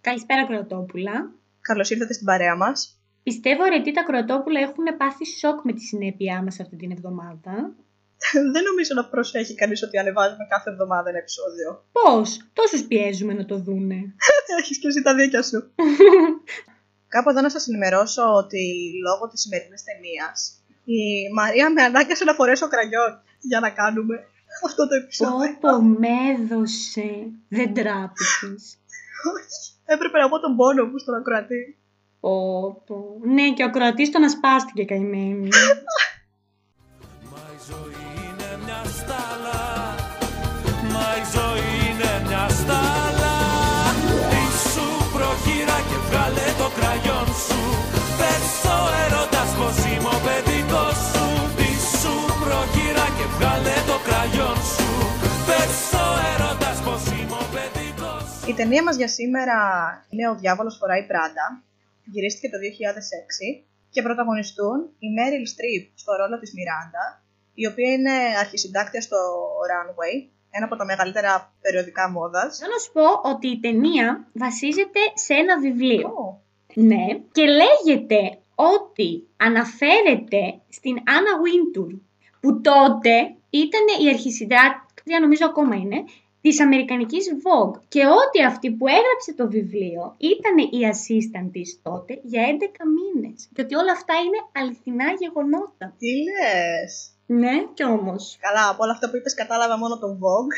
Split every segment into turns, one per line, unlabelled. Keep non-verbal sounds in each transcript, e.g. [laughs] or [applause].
Καλησπέρα, Κροτόπουλα.
Καλώς ήρθατε στην παρέα μας.
Πιστεύω ρε ότι τα Κροτόπουλα έχουν πάθει σοκ με τη συνέπειά μας αυτή την εβδομάδα.
[laughs] Δεν νομίζω να προσέχει κανείς ότι ανεβάζουμε κάθε εβδομάδα ένα επεισόδιο. [laughs]
Πώς, τόσους πιέζουμε να το δούνε.
Έχεις και εσύ τα δίκια σου. Κάπου εδώ να σας ενημερώσω ότι λόγω της σημερινής ταινίας η Μαρία με ανάγκασε να φορέσω κραγιόν για να κάνουμε αυτό το επεισόδιο.
Πόπο με έδωσε. Δεν τράπηκες.
[laughs] Όχι. Έπρεπε να πω τον πόνο μου στον ακροατή.
Πόπο. Ναι, και ο ακροατής τον ασπάστηκε καημένη.
Μα η ζωή είναι μια στάλα Μα η ζωή είναι μια στάλα Ήσου προχειρά και βγάλε το κραγιόν σου Πες ο έρωτας πως είμαι ο παιδικός σου Ήσου προχειρά και βγάλε το κραγιόν σου Πες ο έρωτας πως είμαι ο παιδικός σου
Η ταινία μας για σήμερα είναι Ο Διάβολος φοράει πράντα. Γυρίστηκε το 2006 και πρωταγωνιστούν η Meryl Streep στο ρόλο της Μιράντα, η οποία είναι αρχισυντάκτρια στο Runway, ένα από τα μεγαλύτερα περιοδικά μόδας.
Θέλω να σου πω ότι η ταινία βασίζεται σε ένα βιβλίο.
Ω,
Ναι, και λέγεται ότι αναφέρεται στην Άννα Βίντουρ, που τότε ήταν η αρχισυντάκτρια, νομίζω ακόμα είναι, της Αμερικανικής Vogue. Και ότι αυτή που έγραψε το βιβλίο ήταν η assistant της τότε για 11 μήνες. Και ότι όλα αυτά είναι αληθινά γεγονότα.
Τι λες!
Ναι, κι όμως.
Καλά, από όλα αυτά που είπες κατάλαβα μόνο τον Vogue.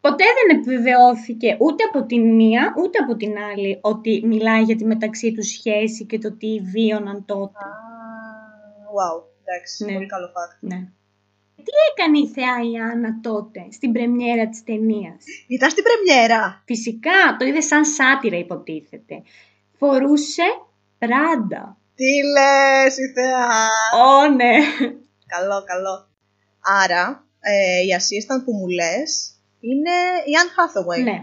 Ποτέ δεν επιβεβαιώθηκε ούτε από την μία ούτε από την άλλη ότι μιλάει για τη μεταξύ του σχέση και το τι βίωναν τότε.
Α, wow, εντάξει,
Ναι.
πολύ καλό fact.
Ναι. Τι έκανε η θεά η Άννα τότε στην πρεμιέρα της ταινίας.
Ήταν στην πρεμιέρα!
Φυσικά το είδε σαν σάτυρα υποτίθεται. Φορούσε πράντα.
Τι λες η θεά!
Ω ναι.
Καλό, καλό. Άρα, ε, η assistant που μου λες είναι η Anne Hathaway.
ναι,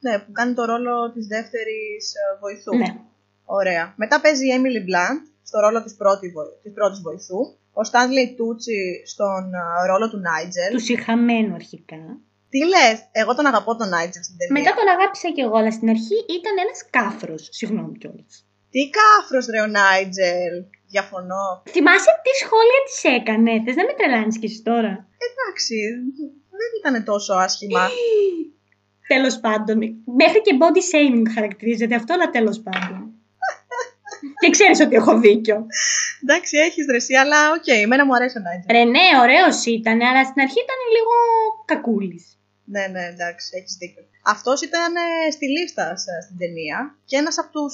Ναι, που κάνει το ρόλο της δεύτερης ε, βοηθού.
ναι.
Ωραία. Μετά παίζει η Emily Blunt στο ρόλο της, πρώτη, βοη- της πρώτης βοηθού. Ο Stanley Tucci στον ε, ρόλο του Nigel.
Του συχαμένου αρχικά.
Τι λες, εγώ τον αγαπώ τον Nigel στην ταινία.
Μετά τον αγάπησα κι εγώ, αλλά στην αρχή ήταν ένας κάφρος. Συγγνώμη κιόλας.
Τι κάφρος ρε ο Nigel. Διαφωνώ.
Θυμάσαι τι σχόλια της έκανε. Θες να με τρελάνεις κι εσύ τώρα.
Εντάξει, δεν ήταν τόσο
Ε.
άσχημα.
Τέλος πάντων. Μέχρι και body shaming χαρακτηρίζεται αυτό, αλλά τέλος πάντων. και ξέρεις ότι έχω δίκιο.
Εντάξει, έχεις δρεσί, αλλά οκ, εμένα μου αρέσει ο Nigel.
Ρε, ναι, ωραίος ήταν, αλλά στην αρχή ήταν λίγο κακούλης.
Ναι, ναι, εντάξει, έχεις δίκιο. Αυτός ήταν ε, στη λίστα σε- στην ταινία και ένας από του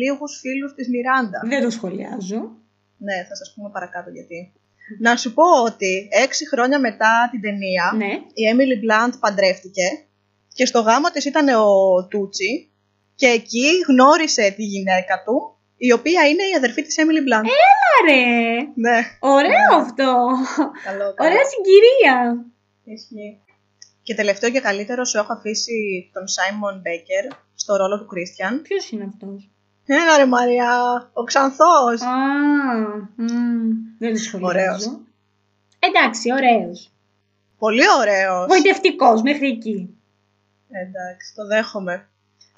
λίγους φίλους της Μιράντα.
Δεν το σχολιάζω.
Ναι, θα σας πούμε παρακάτω γιατί. Να σου πω ότι έξι χρόνια μετά την ταινία
ναι.
η Emily Blunt παντρεύτηκε και στο γάμο της ήταν ο Τούτσι και εκεί γνώρισε τη γυναίκα του η οποία είναι η αδερφή της Emily Blunt.
Ε! Άρε!
Ναι,
Ωραίο αυτό!
καλό. καλό.
Ωραία συγκυρία!
Ισχύει. Και τελευταίο και καλύτερο σου έχω αφήσει τον Σάιμον Μπέκερ στο ρόλο του Κρίστιαν.
Ποιος είναι αυτός.
Έλα ρε Μαρία, ο Ξανθός.
Α, μμ, δεν το
Ωραίος.
σχολιάζω. Εντάξει, ωραίος.
Πολύ ωραίος.
Βοητευτικός μέχρι εκεί.
Εντάξει, το δέχομαι.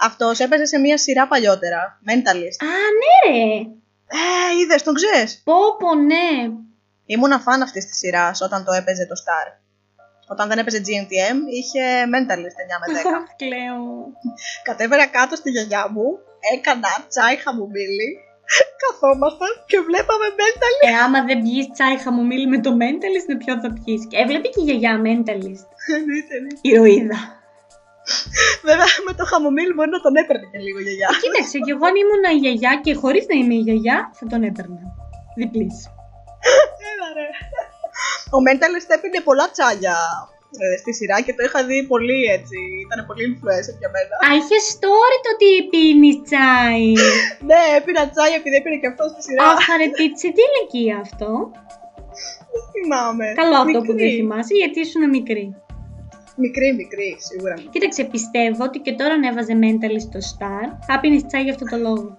Αυτός έπαιζε σε μια σειρά παλιότερα, Mentalist.
Α, ναι, ρε.
Ε, είδες, τον ξέρεις.
Πόπο, ναι.
Ήμουνα φαν αυτής της σειράς όταν το έπαιζε το Star. Όταν δεν έπαιζε GNTM, είχε Mentalist 9
[laughs]
με 10.
Αχ, Κλαίω.
Κατέβαινα κάτω στη γιαγιά μου, έκανα τσάι χαμομήλι, [laughs] καθόμασταν και βλέπαμε Mentalist. [laughs]
Ε, άμα δεν πιείς τσάι χαμομήλι με το mentalist, με ποιον θα πιείς. Και έβλεπε και η γιαγιά mentalist.
Εννοείται, εννοείται.
Ηρωίδα.
Βέβαια, με το χαμομήλι μπορεί να τον έπαιρνε και λίγο η γιαγιά.
Κοίταξε, κι εγώ αν ήμουν η γιαγιά και χωρίς να είμαι η γιαγιά, θα τον έπαιρνα. Διπλής.
Έλα ρε. Ο Mentalist έπαιρνε πολλά τσάγια ε, στη σειρά και το είχα δει πολύ έτσι. Ήταν πολύ influencer για μένα.
Α, είχες story το ότι πίνεις
[laughs]
τσάι.
ναι, έπεινα τσάγια επειδή έπαιρνε και αυτό στη σειρά.
Αχ, ρε, τι, σε τι ηλικία αυτό.
Δεν θυμάμαι.
Καλό αυτό που δεν
Μικρή.
θυμάσαι, γιατί ήσουν μικρή.
Μικρή, μικρή, σίγουρα.
Κοίταξε, πιστεύω ότι και τώρα αν έβαζε mentalist στο star, θα πίνεις τσάι για αυτό το λόγο.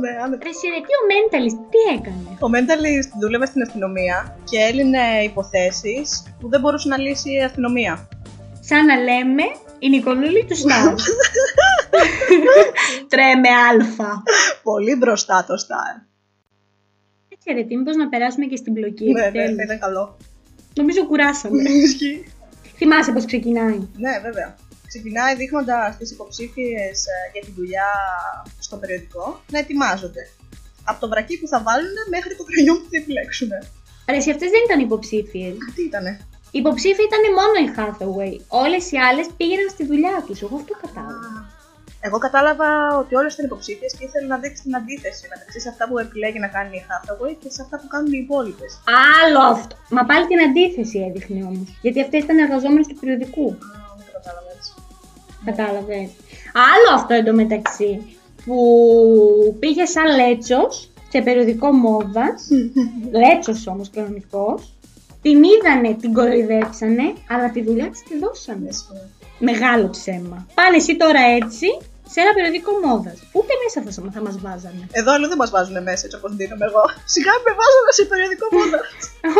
Ναι, άνετα.
Ρε, εσύ, ρε, τι ο mentalist, τι έκανε.
Ο Mentalist δούλευε στην αστυνομία και έλυνε υποθέσεις που δεν μπορούσε να λύσει η αστυνομία. [laughs]
Σαν να λέμε η Νικολούλη του Στάρ. Τρέμε αλφα.
Πολύ μπροστά το Σταρ.
Έτσι ρε τι, Ε, μήπως να περάσουμε και στην πλοκή.
Ναι, ναι,
επιτέλους.
θα ήταν καλό.
Νομίζω κουράσαμε.
Ισχύει.
Θυμάσαι πώς ξεκινάει.
Ναι, βέβαια. Ξεκινάει δείχνοντα τις υποψήφιες για τη δουλειά στο περιοδικό να ετοιμάζονται. Από το βρακί που θα βάλουν μέχρι το προϊόν που θα επιλέξουν. Α,
Ρε εσύ αυτές δεν ήταν υποψήφιες.
τι ήτανε.
Οι υποψήφοι ήταν μόνο η Hathaway. Όλες οι άλλες πήγαιναν στη δουλειά τους. Εγώ αυτό κατάλαβα.
Εγώ κατάλαβα ότι όλες ήταν υποψήφιες και ήθελε να δείξει την αντίθεση μεταξύ σε αυτά που επιλέγει να κάνει η Hathaway και σε αυτά που κάνουν οι υπόλοιπες.
Άλλο αυτό. Μα πάλι την αντίθεση έδειχνε όμως. Γιατί αυτές ήταν εργαζόμενες του περιοδικού.
Α, δεν το κατάλαβα έτσι.
Κατάλαβε. Άλλο αυτό εντωμεταξύ. Που πήγε σαν λέτσος σε περιοδικό μόδας. λέτσος όμως κανονικός. Την είδανε, την κοροϊδέψανε, αλλά τη δουλειά της τη δώσανε. Μεγάλο ψέμα. Πάνε εσύ τώρα έτσι σε ένα περιοδικό μόδας. Ούτε μέσα θα, σας- θα μας βάζανε.
Εδώ αλλού δεν μας βάζουν μέσα έτσι όπως δίνομαι εγώ. Σιγά με βάζουν σε περιοδικό μόνο.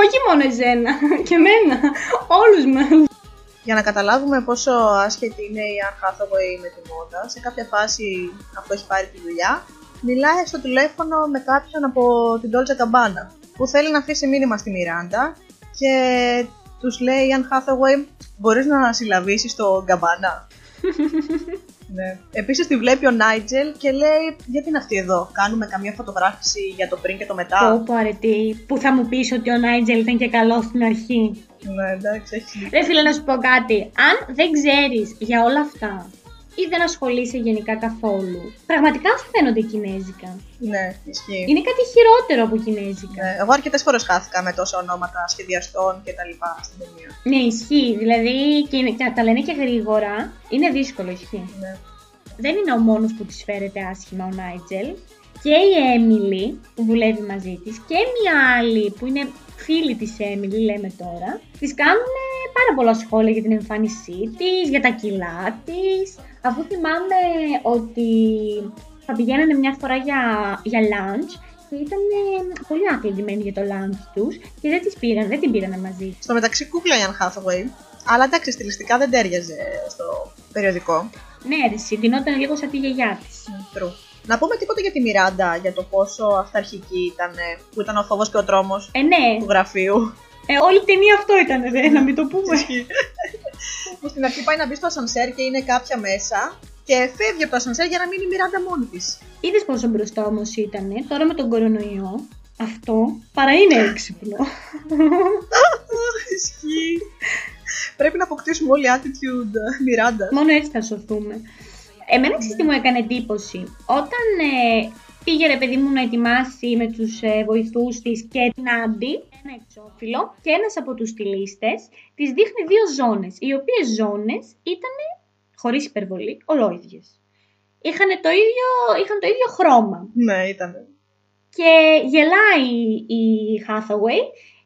Όχι μόνο εσένα, [laughs] και εμένα. Όλους μας.
Για να καταλάβουμε πόσο άσχετη είναι η Anne Hathaway με τη μόδα, σε κάποια φάση αυτό έχει πάρει τη δουλειά, μιλάει στο τηλέφωνο με κάποιον από την Dolce Gabbana που θέλει να αφήσει μήνυμα στη Μιράντα και τους λέει η Anne Hathaway μπορείς να συλλαβήσεις το Gabbana. ναι. Επίσης τη βλέπει ο Νάιτζελ και λέει γιατί είναι αυτή εδώ, κάνουμε καμία φωτογράφηση για το πριν και το μετά.
Πω πω αρετή, που θα μου πεις ότι ο Νάιτζελ ήταν και καλός στην αρχή.
Ναι εντάξει έχει
Ρε φίλε να σου πω κάτι, αν δεν ξέρεις για όλα αυτά ή δεν ασχολείσαι γενικά καθόλου, πραγματικά σου φαίνονται κινέζικα.
Ναι, ισχύει.
Είναι κάτι χειρότερο από κινέζικα.
Ναι, εγώ αρκετές φορές χάθηκα με τόσα ονόματα σχεδιαστών και τα λοιπά στην ταινία.
Ναι, ισχύει, δηλαδή και, είναι- και τα λένε και γρήγορα, είναι δύσκολο ισχύει.
Ναι.
Δεν είναι ο μόνος που της φέρεται άσχημα ο Νάιτζελ. Και η Έμιλι που δουλεύει μαζί της και μια άλλη που είναι φίλη της Έμιλι λέμε τώρα της κάνουν ε, πάρα πολλά σχόλια για την εμφάνισή της, για τα κιλά της αφού θυμάμαι ότι θα πηγαίνανε μια φορά για, για lunch και ήταν ε, πολύ άκληδημένη για το lunch τους και δεν, τις πήραν, δεν την πήραν μαζί.
Στο μεταξύ κούκλα η Anne Hathaway, αλλά εντάξει, στιλιστικά δεν τέριαζε στο περιοδικό.
Ναι, ρε, συντηνόταν λίγο σαν τη γιαγιά της.
True. Να πούμε τίποτα για τη Μιράντα, για το πόσο αυταρχική ήταν, που ήταν ο φόβος και ο τρόμος
Ε, ναι,
του γραφείου.
ε, όλη η ταινία αυτό ήταν, δε, να μην το πούμε.
[laughs] που στην αρχή πάει να μπει στο ασανσέρ και είναι κάποια μέσα και φεύγει από το ασανσέρ για να μείνει η Μιράντα μόνη της.
[laughs] Είδες πόσο μπροστά όμως ήταν τώρα με τον κορονοϊό. Αυτό παρά είναι έξυπνο.
Ισχύει. Πρέπει να αποκτήσουμε όλη attitude Μιράντα.
Μόνο έτσι θα σωθούμε. Εμένα ξέρεις τι μου έκανε εντύπωση. Όταν ε, πήγε ρε παιδί μου να ετοιμάσει με τους ε, βοηθούς της και την Άντι, ένα εξώφυλλο και ένας από τους στυλίστες, της δείχνει δύο ζώνες, οι οποίες ζώνες ήταν, χωρίς υπερβολή, ολόιδιες. Είχαν το ίδιο, είχαν το ίδιο χρώμα.
Ναι, ήταν.
Και γελάει η Hathaway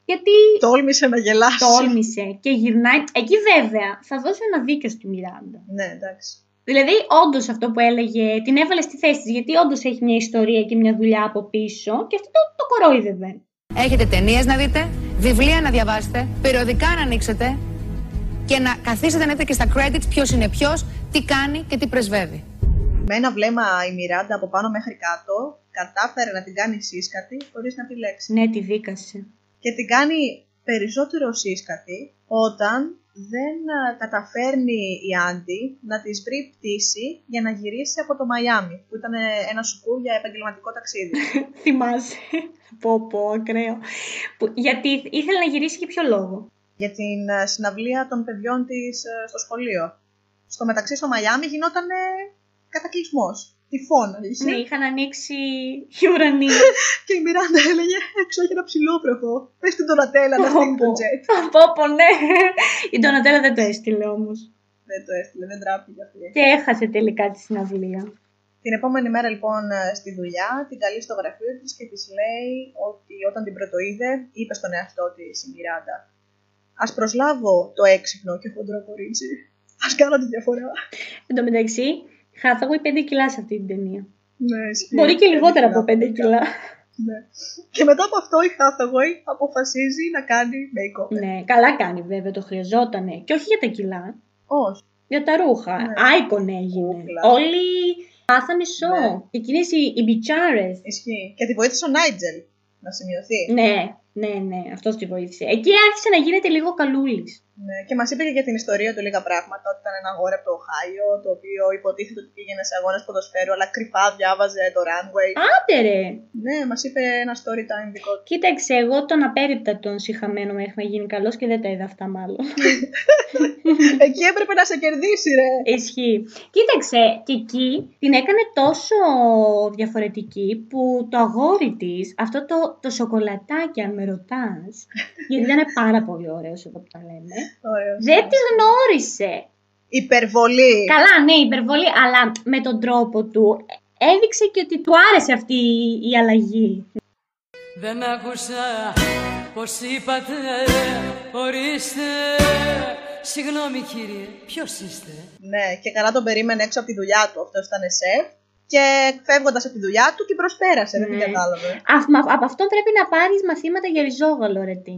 γιατί
Τόλμησε να γελάσει.
τόλμησε και γυρνάει. Εκεί βέβαια θα δώσει ένα δίκιο στη Μιράντα.
Ναι, εντάξει.
Δηλαδή, όντως αυτό που έλεγε, την έβαλε στη θέση της, γιατί όντως έχει μια ιστορία και μια δουλειά από πίσω και αυτό το, το κορόιδευε.
Έχετε ταινίες να δείτε, βιβλία να διαβάσετε, περιοδικά να ανοίξετε και να καθίσετε να δείτε και στα credits ποιος είναι ποιος, τι κάνει και τι πρεσβεύει.
Με ένα βλέμμα η Μιράντα από πάνω μέχρι κάτω κατάφερε να την κάνει σύσκατη χωρίς να τη λέξει.
Ναι, τη δίκασε.
Και την κάνει περισσότερο σύσκατη όταν δεν α, καταφέρνει η Άντι να της βρει πτήση για να γυρίσει από το Μαϊάμι που ήταν ε, ένα σουκού για επαγγελματικό ταξίδι.
Θυμάσαι. [laughs] πω, πω, ακραίο. Που- γιατί ήθελε να γυρίσει για ποιο λόγο.
για την ε, συναυλία των παιδιών της ε, στο σχολείο. Στο μεταξύ στο Μαϊάμι γινόταν ε, κατακλυσμός. Τυφώνα είχε.
Ναι, είχαν ανοίξει οι ουρανοί.
Και η Μιράντα έλεγε έξω έχει ένα ψηλόβροχο. Πες την Ντονατέλα να στείλει τον τζετ.
πω, πω, ναι. Η Ντονατέλα δεν το έστειλε όμως.
Δεν το έστειλε, δεν τράπηκε αυτή.
Και έχασε τελικά τη συναυλία.
Την επόμενη μέρα λοιπόν ε, στη δουλειά την καλεί στο γραφείο της και της λέει ότι όταν την πρωτοείδε είπε στον εαυτό της η Μιράντα Ας προσλάβω το έξυπνο και χοντρό κορίτσι. Ας κάνω τη διαφορά.
Εν τω μεταξύ, χάθα εγώ 5 κιλά σε αυτή την ταινία.
Ναι, ισχύει.
Μπορεί και λιγότερα
Πέντε
από 5 κιλά.
Ναι. Και μετά από αυτό η Hathaway αποφασίζει να κάνει make-up.
ναι, καλά κάνει βέβαια, το χρειαζότανε. Και όχι για τα κιλά.
Όχι.
για τα ρούχα.
Ναι.
Άικον έγινε.
Κούκλα.
Όλοι πάθανε σοκ.
Ναι.
Εκείνες οι, οι μπιτσάρες.
Ισχύει. Και τη βοήθησε ο Νάιτζελ να σημειωθεί.
Ναι, ναι, ναι, αυτός τη βοήθησε. Εκεί άρχισε να γίνεται λίγο καλούλης.
Ναι. Και μας είπε και για την ιστορία του λίγα πράγματα. Ότι ήταν ένα αγόρι από το Οχάιο, το οποίο υποτίθεται ότι πήγαινε σε αγώνες ποδοσφαίρου, αλλά κρυφά διάβαζε το runway.
Άντε ρε!
Ναι, μας είπε ένα story time δικό
[laughs]
του.
Κοίταξε, εγώ τον απέριπτα τον συχαμένο μέχρι να γίνει καλός και δεν τα είδα αυτά μάλλον.
Εκεί έπρεπε να σε κερδίσει, ρε.
Ισχύει. Κοίταξε, και εκεί την έκανε τόσο διαφορετική που το αγόρι της, αυτό το, το σοκολατάκι, αν με ρωτάς, γιατί ήταν πάρα πολύ ωραίο εδώ που τα λέμε,
Ωραίο.
δεν τη γνώρισε.
Υπερβολή.
Καλά, ναι, υπερβολή, αλλά με τον τρόπο του ε, έδειξε και ότι του άρεσε αυτή η αλλαγή.
Δεν άκουσα πως είπατε Ορίστε Συγγνώμη κύριε, ποιος είστε
Ναι, και καλά τον περίμενε έξω από τη δουλειά του. Αυτό ήταν σεφ. Και φεύγοντας από τη δουλειά του, την προσπέρασε. Δεν την
Ναι.
κατάλαβε.
Α, μα- Από αυτόν πρέπει να πάρεις μαθήματα για ριζόγαλο, ρε τι.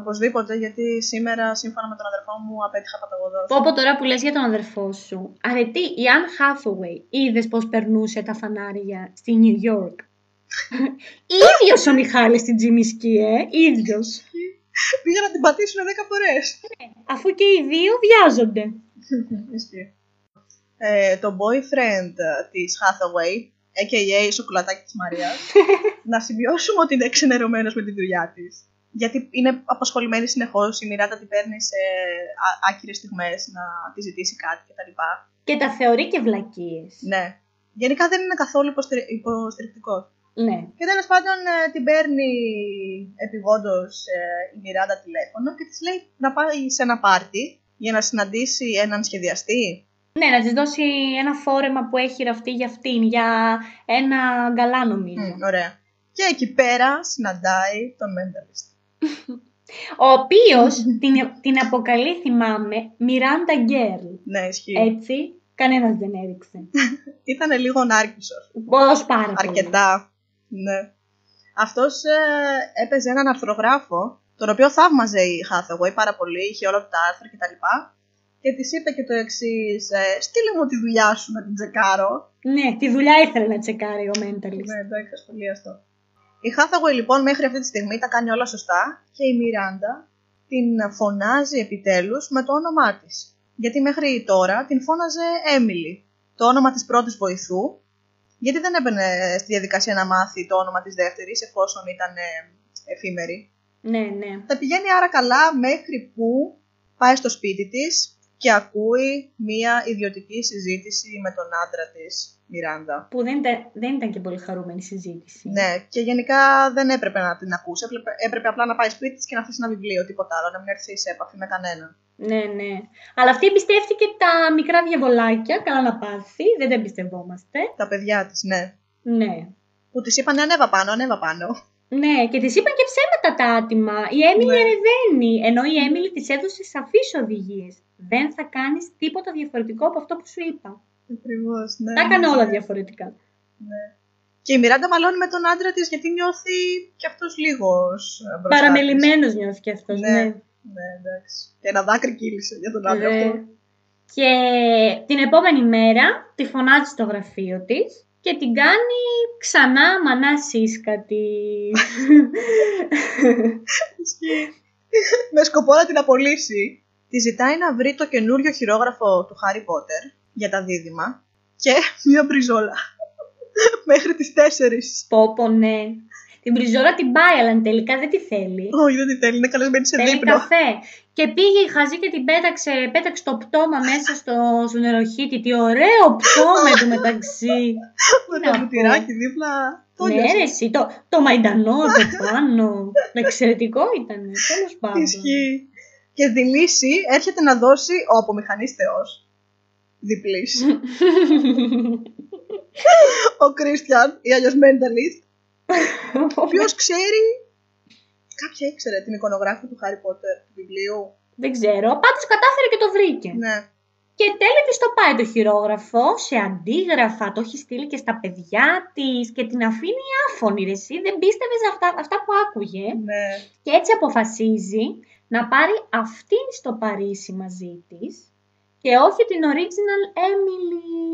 Οπωσδήποτε, γιατί σήμερα, σύμφωνα με τον αδερφό μου, απέτυχα παταγωδό.
Πω πω τώρα που λες για τον αδερφό σου. Αρετή, η Αν Hathaway είδες πώς περνούσε τα φανάρια στη Νιου
[laughs]
Ιόρκ. ίδιος ο Μιχάλης στην Τζιμισκή, ε, ίδιος.
Πήγα να την πατήσουν 10 φορέ.
Αφού και οι δύο βιάζονται.
ε, το boyfriend της Hathaway, a.k.a. σοκολατάκι της Μαρίας, να σημειώσουμε ότι είναι εξενερωμένος με τη δουλειά της. Γιατί είναι απασχολημένη συνεχώς, η Μιράτα την παίρνει σε α- άκυρες στιγμές να τη ζητήσει κάτι κτλ.
Και τα θεωρεί και βλακίες.
Ναι. Γενικά δεν είναι καθόλου υποστηρι... υποστηρικτικός.
Ναι.
Και τέλος πάντων ε, την παίρνει επιγόντως η Μιράντα τηλέφωνο και της λέει να πάει σε ένα πάρτι για να συναντήσει έναν σχεδιαστή.
Ναι, να της δώσει ένα φόρεμα που έχει ραφτεί για αυτήν, για ένα γκαλά νομίζω.
Μμ, Ναι, ωραία. Και εκεί πέρα συναντάει τον Mentalist.
Ο οποίος την, την αποκαλεί, θυμάμαι, Miranda Girl.
Ναι, ισχύει.
Έτσι, κανένας δεν έριξε.
Ήταν λίγο νάρκισο.
Πώς πάρα πολύ.
Αρκετά. Ναι. Αυτός ε, έπαιζε έναν αρθρογράφο, τον οποίο θαύμαζε η Hathaway πάρα πολύ, είχε όλα τα άρθρα κτλ. Και της είπε και το εξής: ε, Στείλε μου τη δουλειά σου να την τσεκάρω.
Ναι, τη δουλειά ήθελε να τσεκάρει ο Mentalist.
Ναι, εντάξει, ασχολεί αυτό. Η Hathaway λοιπόν μέχρι αυτή τη στιγμή τα κάνει όλα σωστά και η Μιράντα την φωνάζει επιτέλους με το όνομά της. Γιατί μέχρι τώρα την φώναζε Έμιλι, το όνομα της πρώτης βοηθού, γιατί δεν έμπαινε στη διαδικασία να μάθει το όνομα της δεύτερης εφόσον ήταν ε, εφήμερη.
Ναι, ναι.
Τα πηγαίνει άρα καλά μέχρι που πάει στο σπίτι της και ακούει μία ιδιωτική συζήτηση με τον άντρα της, Μιράντα.
Που δεν ήταν, δεν ήταν και πολύ χαρούμενη συζήτηση.
Ναι, και γενικά δεν έπρεπε να την ακούσει. Έπρεπε, έπρεπε απλά να πάει σπίτι της και να αφήσει ένα βιβλίο, τίποτα άλλο, να μην έρθει σε επαφή με κανέναν.
ναι, ναι. Αλλά αυτή εμπιστεύτηκε τα μικρά διαβολάκια, καλά να πάθει, δεν τα εμπιστευόμαστε.
Τα παιδιά της, ναι.
Ναι.
Που της είπαν ανέβα πάνω, ανέβα πάνω. [laughs]
Ναι, και της είπαν και ψέματα τα άτιμα. Η Έμιλι
Ναι.
ρεβαίνει, ενώ η Έμιλι της έδωσε σαφείς οδηγίες. Δεν θα κάνεις τίποτα διαφορετικό από αυτό που σου είπα.
Ακριβώς, ναι.
Τα έκανε όλα διαφορετικά.
Και η Μιράντα μαλώνει με τον άντρα της γιατί νιώθει κι αυτός λίγος μπροστά. της.
Παραμελημένος νιώθει και αυτός,
Ναι.
ναι.
Ναι, εντάξει. Και ένα δάκρυ κύλησε για τον άντρα
Ναι.
αυτό. [laughs]
Και την επόμενη μέρα τη φωνάζει στο γραφείο της και την κάνει ξανά μανά σίσκα
[laughs]
της.
με σκοπό να την απολύσει. Τη ζητάει να βρει το καινούριο χειρόγραφο του Χάρι Πότερ για τα δίδυμα και [laughs] μία μπριζόλα. Μέχρι τις 4.
Πόπο, ναι. Την πριζόρα την πάει, αλλά τελικά δεν τη θέλει.
Όχι, δεν τη θέλει, είναι καλεσμένη [laughs] σε
Θέλει
δείπνο.
καφέ. Και πήγε η χαζή και την πέταξε, πέταξε το πτώμα μέσα στο, στο νεροχύτη. Τι ωραίο πτώμα του
[laughs]
μεταξύ.
[laughs] Με
να πω.
το βουτυράκι δίπλα.
ναι,
Τόνιασε.
ρε, εσύ, το, το μαϊντανό το πάνω.
[laughs]
Εξαιρετικό ήταν. Τέλος πάντων.
Ισχύει. Και δηλήσει, έρχεται να δώσει ο απομηχανής θεός.
[laughs]
Διπλής. ο Κρίστιαν, ή αλλιώς Mentalist, ο οποίος ξέρει... Κάποια ήξερε την εικονογράφη του Χάρι Πότερ του βιβλίου.
Δεν ξέρω. Πάντως κατάφερε και το βρήκε.
Ναι.
Και τέλει της το πάει το χειρόγραφο σε αντίγραφα, το έχει στείλει και στα παιδιά της και την αφήνει άφωνη ρε εσύ, δεν πίστευες αυτά, αυτά που άκουγε.
ναι.
Και έτσι αποφασίζει να πάρει αυτήν στο Παρίσι μαζί της και όχι την original Emily.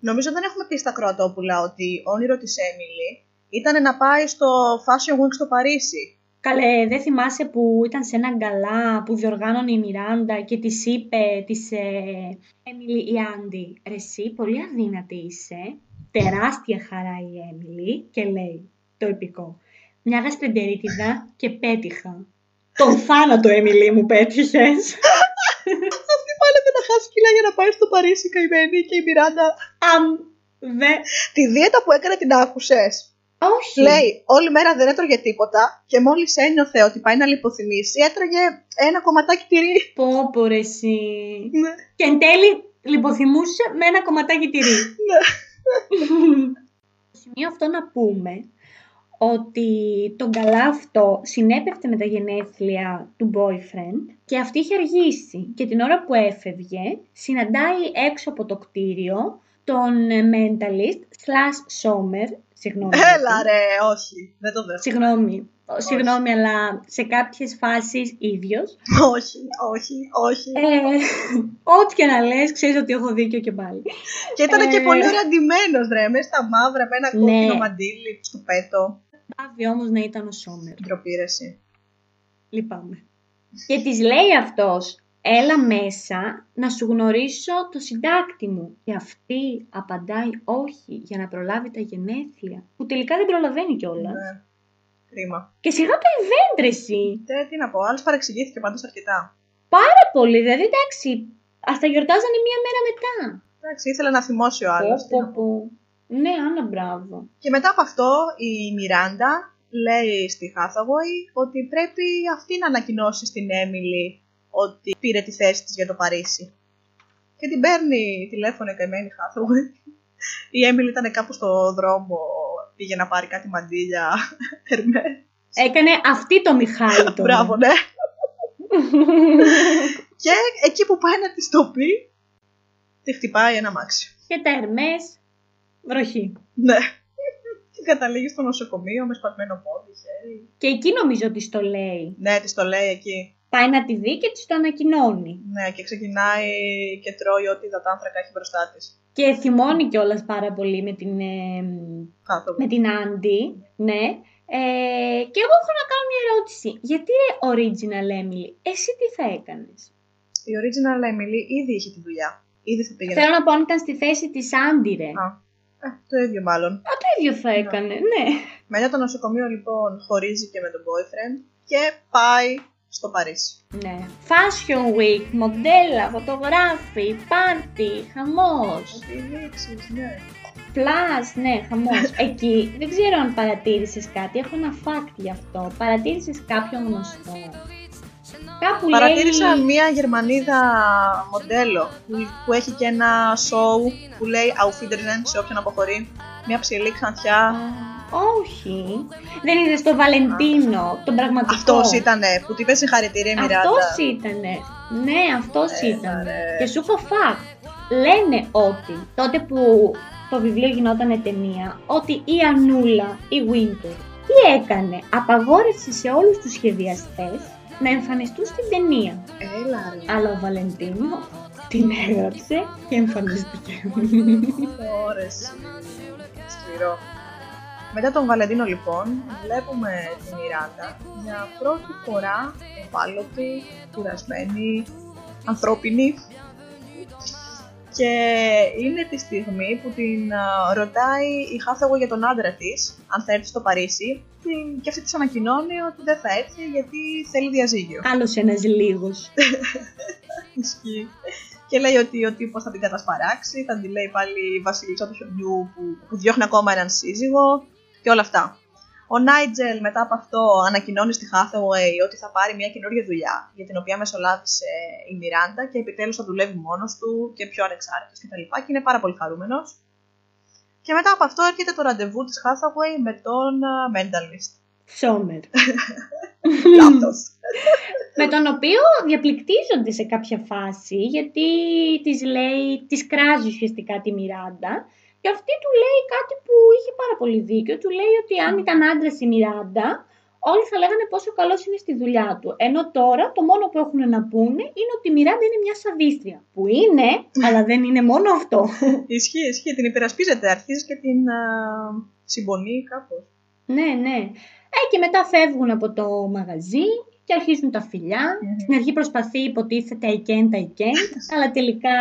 Νομίζω δεν έχουμε πει στα Κροατόπουλα ότι όνειρο της Έμιλι ήταν να πάει στο Fashion Week στο Παρίσι.
Καλέ, δεν θυμάσαι που ήταν σε ένα γκαλά που διοργάνωνε η Μιράντα και της είπε της ε, Έμιλι η Άντι «Ρε εσύ, πολύ αδύνατη είσαι, τεράστια χαρά η Έμιλι» και λέει το επικό «Μια γαστρεντερίτιδα και πέτυχα». Τον θάνατο, Έμιλι, μου πέτυχες.
Αυτή πάλευε να χάσει κιλά για να πάει στο Παρίσι καημένη και η Μιράντα.
Αμ, δε,
Τη δίαιτα που έκανε την άκουσες.
όχι.
Λέει, όλη μέρα δεν έτρωγε τίποτα και μόλις ένιωθε ότι πάει να λιποθυμήσει, έτρωγε ένα κομματάκι τυρί.
Πω, πω, ρε, εσύ.
Ναι.
Και εν τέλει λιποθυμούσε με ένα κομματάκι τυρί.
ναι.
Στο σημείο αυτό να πούμε ότι τον καλά αυτό συνέπεφτε με τα γενέθλια του boyfriend και αυτή είχε αργήσει και την ώρα που έφευγε συναντάει έξω από το κτίριο τον ε, mentalist slash somer, συγγνώμη.
Έλα ρε, όχι. Δεν το δέχομαι.
Συγγνώμη, συγγνώμη, αλλά σε κάποιες φάσεις ίδιος.
όχι, όχι, όχι.
Ε, ό,τι και να λες, ξέρεις ότι έχω δίκιο και πάλι.
και ήταν και
ε.
πολύ ωραία ντυμένος, ρε, μέσα στα μαύρα, με ένα
Ναι.
κόκκινο μαντίλι στο πέτο.
Πάβει όμως να ήταν ο Σόμερ.
Ντροπή, ρε, εσύ.
Λυπάμαι. Και της λέει αυτός, έλα μέσα να σου γνωρίσω το συντάκτη μου. Και αυτή απαντάει όχι για να προλάβει τα γενέθλια, που τελικά δεν προλαβαίνει κιόλας.
Ναι. Κρίμα.
Και σιγά πάει βέντρεση.
Τε, τι να πω, άλλος παρεξηγήθηκε πάντως αρκετά.
Πάρα πολύ, δηλαδή εντάξει, ας τα γιορτάζανε μία μέρα μετά.
Εντάξει, ήθελε να θυμώσει ο άλλος.
Πω, πω, πω. Ναι, Άννα, μπράβο.
Και μετά από αυτό η Μιράντα λέει στη Hathaway ότι πρέπει αυτή να ανακοινώσει στην Έμιλι ότι πήρε τη θέση της για το Παρίσι. Και την παίρνει τηλέφωνο η καημένη Hathaway. Η Έμιλι ήταν κάπου στο δρόμο, πήγε να πάρει κάτι μαντίλια, Hermes.
Έκανε αυτή το Μιχάλη τώρα.
Μπράβο, ναι. και εκεί που πάει να της το πει, τη χτυπάει ένα μάξι.
Και τα Ερμές, βροχή.
Ναι. Και καταλήγει στο νοσοκομείο με σπασμένο πόδι, χέρι.
Και εκεί νομίζω ότι το λέει.
Ναι, της το λέει εκεί.
Πάει να τη δει και της το ανακοινώνει.
Ναι, και ξεκινάει και τρώει ό,τι υδατάνθρακα έχει μπροστά της.
Και θυμώνει κιόλας πάρα πολύ με την, ε, με την Άντι, ναι. Ε, και εγώ έχω να κάνω μια ερώτηση. Γιατί ρε original Emily, εσύ τι θα έκανες.
Η original Emily ήδη είχε τη δουλειά. Ήδη θα πήγαινε.
Θέλω να πω αν ήταν στη θέση της Άντι ρε.
Α, ε, το ίδιο μάλλον.
Α, το ίδιο θα έκανε, ναι.
Μετά το νοσοκομείο λοιπόν χωρίζει και με τον boyfriend και πάει στο Παρίσι.
ναι. Fashion week, μοντέλα, φωτογράφοι, πάρτι, χαμός.
Επιδείξεις, ναι.
Πλάς, ναι,
[laughs]
χαμός. Εκεί δεν ξέρω αν παρατήρησες κάτι, έχω ένα fact γι' αυτό. Παρατήρησες κάποιον γνωστό. Κάπου
Παρατήρησα
λέει...
μία Γερμανίδα μοντέλο που- που έχει και ένα show που λέει Auf Wiedersehen σε όποιον αποχωρεί. Μία ψηλή ξανθιά.
Όχι. Δεν είδε το Βαλεντίνο, τον πραγματικό.
Αυτός ήταν που του είπε συγχαρητήρια η Μιράντα.
Αυτός ήτανε. Ναι, αυτός ήτανε. Και σου έχω φακ. Λένε ότι τότε που το βιβλίο γινόταν ταινία, ότι η Ανούλα, η Winter, τι έκανε. Απαγόρευσε σε όλους τους σχεδιαστές να εμφανιστούν στην ταινία.
Έλα ρε.
Αλλά ο Βαλεντίνο την έγραψε και εμφανίστηκε.
Ωρες. Σκληρό. Μετά τον Βαλεντίνο λοιπόν βλέπουμε τη Μιράντα για πρώτη φορά ευάλωτη, κουρασμένη, ανθρώπινη και είναι τη στιγμή που την α, ρωτάει η Χάθαγο για τον άντρα της αν θα έρθει στο Παρίσι την- και αυτή της ανακοινώνει ότι δεν θα έρθει γιατί θέλει διαζύγιο.
Άλλος ένας λίγος.
Ισχύει. Και λέει ότι ο τύπος θα την κατασπαράξει, θα την λέει πάλι η βασιλίτσα του χιονιού που, που διώχνει ακόμα έναν σύζυγο και όλα αυτά. Ο Νάιτζελ μετά από αυτό ανακοινώνει στη Hathaway ότι θα πάρει μια καινούργια δουλειά για την οποία μεσολάβησε η Μιράντα και επιτέλους θα δουλεύει μόνος του και πιο ανεξάρτητος κτλ. Και, τα λοιπά και είναι πάρα πολύ χαρούμενος. Και μετά από αυτό έρχεται το ραντεβού της Hathaway με τον α, Mentalist.
Σόμερ.
Αυτός.
με τον οποίο διαπληκτίζονται σε κάποια φάση γιατί της λέει, της κράζει ουσιαστικά τη Μιράντα και αυτή του λέει κάτι που είχε πάρα πολύ δίκιο, του λέει ότι αν ήταν άντρα η Μιράντα όλοι θα λέγανε πόσο καλός είναι στη δουλειά του. Ενώ τώρα το μόνο που έχουν να πούνε είναι ότι η Μιράντα είναι μια σαδίστρια. Που [laughs] είναι, αλλά δεν είναι μόνο αυτό.
Ισχύει, ισχύει. Την υπερασπίζεται. Αρχίζει και την α, συμπονεί κάπως.
ναι, ναι. Ε, και μετά φεύγουν από το μαγαζί και αρχίζουν τα φιλια
Μμμ.
Στην αρχή προσπαθεί, υποτίθεται, η Κέντ, τα η Κέντ, αλλά τελικά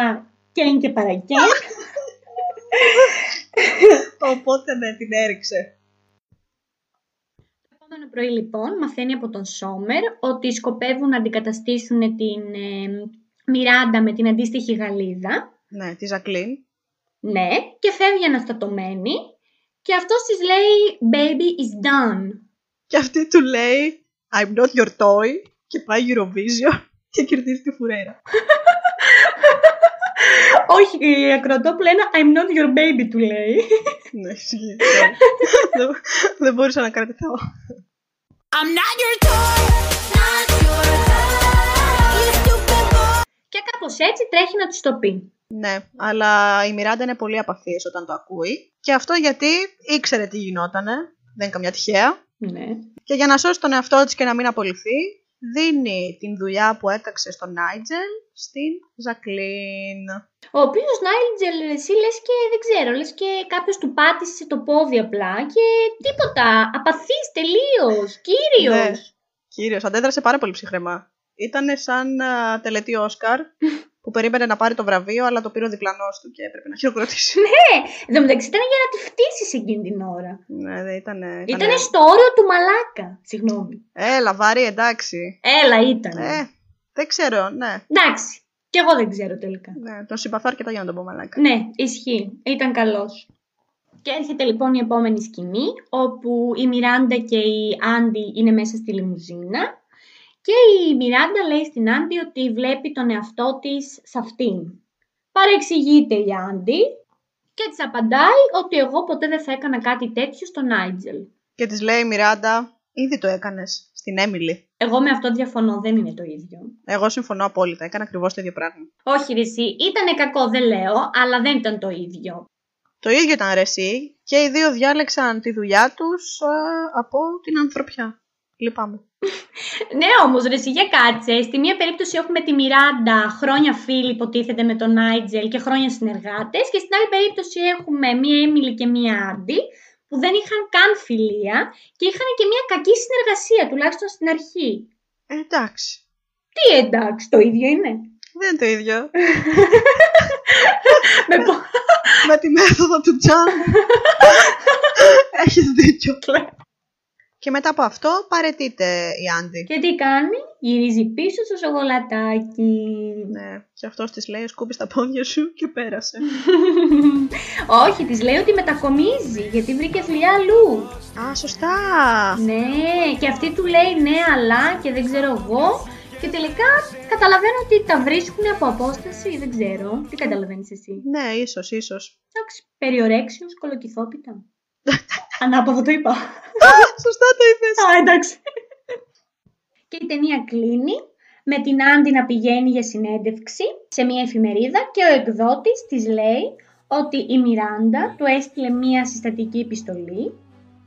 Κέντ και παρακέντ.
Οπότε ναι, την έριξε.
Το επόμενο πρωί λοιπόν μαθαίνει από τον Σόμερ ότι σκοπεύουν να αντικαταστήσουν την ε, Μιράντα με την αντίστοιχη Γαλλίδα.
Ναι, τη Ζακλίν.
Ναι, και φεύγει αναστατωμένη και αυτός της λέει «Baby is done».
Και αυτή του λέει I'm not your toy και πάει Eurovision και κερδίζει τη φουρέρα.
Όχι, η ακροτόπλα ένα «I'm not your baby» του λέει.
ναι, ισχύει. δεν, δεν μπορούσα να κρατηθώ.
Και κάπως έτσι τρέχει να τους το πει.
Ναι, αλλά η Μιράντα είναι πολύ απαθής όταν το ακούει. Και αυτό γιατί ήξερε τι γινότανε. Δεν είναι καμιά τυχαία.
Ναι.
Και για να σώσει τον εαυτό της και να μην απολυθεί, δίνει την δουλειά που έταξε στον Νάιτζελ στην Ζακλίν.
Ο οποίος Νάιλτζελ, εσύ λες και δεν ξέρω, λες και κάποιος του πάτησε το πόδι απλά και τίποτα. Απαθή τελείω. Κύριο.
Ναι. Κύριος, αντέδρασε πάρα πολύ ψυχρεμά. Ήταν σαν α, τελετή [laughs] Όσκαρ που περίμενε να πάρει το βραβείο, αλλά το πήρε ο διπλανός του και έπρεπε να χειροκροτήσει.
Εν τω μεταξύ ήταν για να τη φτύσεις εκείνη την ώρα.
ναι, δεν ήτανε...
Ήταν στο όριο του μαλάκα. Συγγνώμη.
Έλα, βαρύ, εντάξει.
Έλα, ήταν.
Ε, δεν ξέρω, ναι.
Εντάξει. Κι εγώ δεν ξέρω τελικά.
ναι. Τον συμπαθώ αρκετά για να τον πω μαλάκα.
Ναι, ισχύει. Ήταν καλός. Και έρχεται λοιπόν η επόμενη σκηνή, όπου η Μιράντα και η Άντι είναι μέσα στη λιμουζίνα. Και η Μιράντα λέει στην Άντι ότι βλέπει τον εαυτό της σε αυτήν. Παρεξηγείται η Άντι και της απαντάει ότι εγώ ποτέ δεν θα έκανα κάτι τέτοιο στον Νάιτζελ.
Και της λέει η Μιράντα, ήδη το έκανες στην Έμιλι.
Εγώ με αυτό διαφωνώ, δεν είναι το ίδιο.
Εγώ συμφωνώ απόλυτα, έκανα ακριβώς το ίδιο πράγμα.
Όχι ρε εσύ, ήτανε κακό δεν λέω, αλλά δεν ήταν το ίδιο.
Το ίδιο ήταν ρε εσύ και οι δύο διάλεξαν τη δουλειά τους α, από την ανθρωπιά. Λυπάμαι.
Ναι, όμως, ρε, εσύ, για κάτσε. Στη μία περίπτωση έχουμε τη Μιράντα, χρόνια φίλη, υποτίθεται με τον Νάιτζελ και χρόνια συνεργάτες. Και στην άλλη περίπτωση έχουμε μία Έμιλι και μία Άντι, που δεν είχαν καν φιλία και είχαν και μία κακή συνεργασία, τουλάχιστον στην αρχή.
Ε, εντάξει.
Τι εντάξει, το ίδιο είναι.
Δεν είναι το ίδιο.
με πο...
Με τη μέθοδο του [laughs] Τζαν. Έχεις δίκιο. και μετά από αυτό παρετείται η Άντι.
Και τι κάνει, γυρίζει πίσω στο σοκολατάκι.
Ναι, και αυτός της λέει σκούπεις τα πόδια σου και [laughs] πέρασε.
Όχι, της λέει ότι μετακομίζει, γιατί βρήκε δουλειά αλλού.
Α, σωστά.
Ναι, και αυτή του λέει ναι, αλλά και δεν ξέρω εγώ. Και τελικά καταλαβαίνω ότι τα βρίσκουν από απόσταση, δεν ξέρω. Τι καταλαβαίνεις εσύ.
Ναι, ίσως, ίσως.
Εντάξει, περιορέξιος, κολοκυθόπιτα. Ανάποδο το είπα.
Α, σωστά το είπες.
Α, εντάξει. και η ταινία κλείνει με την Άντι να πηγαίνει για συνέντευξη σε μια εφημερίδα και ο εκδότης της λέει ότι η Μιράντα του έστειλε μια συστατική επιστολή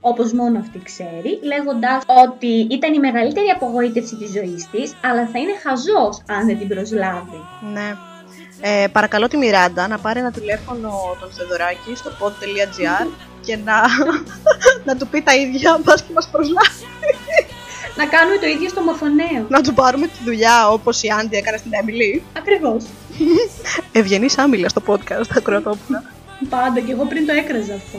όπως μόνο αυτή ξέρει, λέγοντας ότι ήταν η μεγαλύτερη απογοήτευση της ζωής της, αλλά θα είναι χαζός αν δεν την προσλάβει.
Ναι. Ε, παρακαλώ τη Μιράντα να πάρει ένα τηλέφωνο τον Θεοδωράκη στο pod.gr και να, [laughs] να του πει τα ίδια, πας και μας προσλάβει.
Να κάνουμε το ίδιο στο μοθονέο.
Να του πάρουμε τη δουλειά όπως η Άντι έκανε στην Έμιλη.
Ακριβώς.
Ευγενής άμυλα στο podcast, ακροατόπουλα.
Πάντα και εγώ πριν το έκραζα αυτό.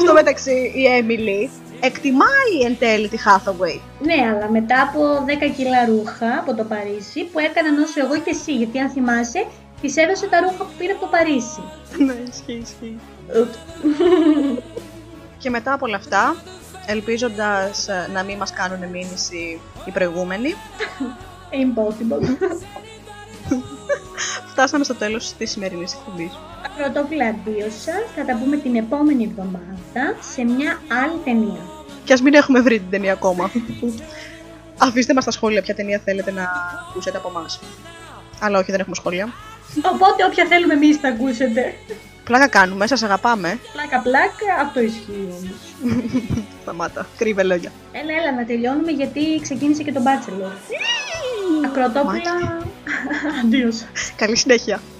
στο μεταξύ, η Έμιλη εκτιμάει εν τέλει τη Hathaway.
Ναι, αλλά μετά από 10 κιλά ρούχα από το Παρίσι που έκαναν όσο εγώ και εσύ, γιατί αν θυμάσαι, της έδωσε τα ρούχα που πήρε από το Παρίσι.
ναι, ισχύει, ισχύει. και μετά από όλα αυτά, ελπίζοντας ε, να μην μας κάνουν μήνυση οι προηγούμενοι,
Impossible.
φτάσαμε στο τέλος της σημερινής εκπομπής.
Πρωτόκολλα δύο σας. Θα τα πούμε την επόμενη εβδομάδα σε μια άλλη ταινία.
Και ας μην έχουμε βρει την ταινία ακόμα. Αφήστε μας στα σχόλια ποια ταινία θέλετε να ακούσετε από εμάς. Αλλά όχι, δεν έχουμε σχόλια.
Οπότε όποια θέλουμε εμείς θα ακούσετε.
Πλάκα κάνουμε, σας αγαπάμε.
Πλάκα, πλάκα, αυτό ισχύει όμως.
Σταμάτα. Κρύβε λόγια.
Έλα, έλα, να τελειώνουμε γιατί ξεκίνησε και το μπάτσελο. Ακροτόπουλα. Αντίος.
Καλή συνέχεια.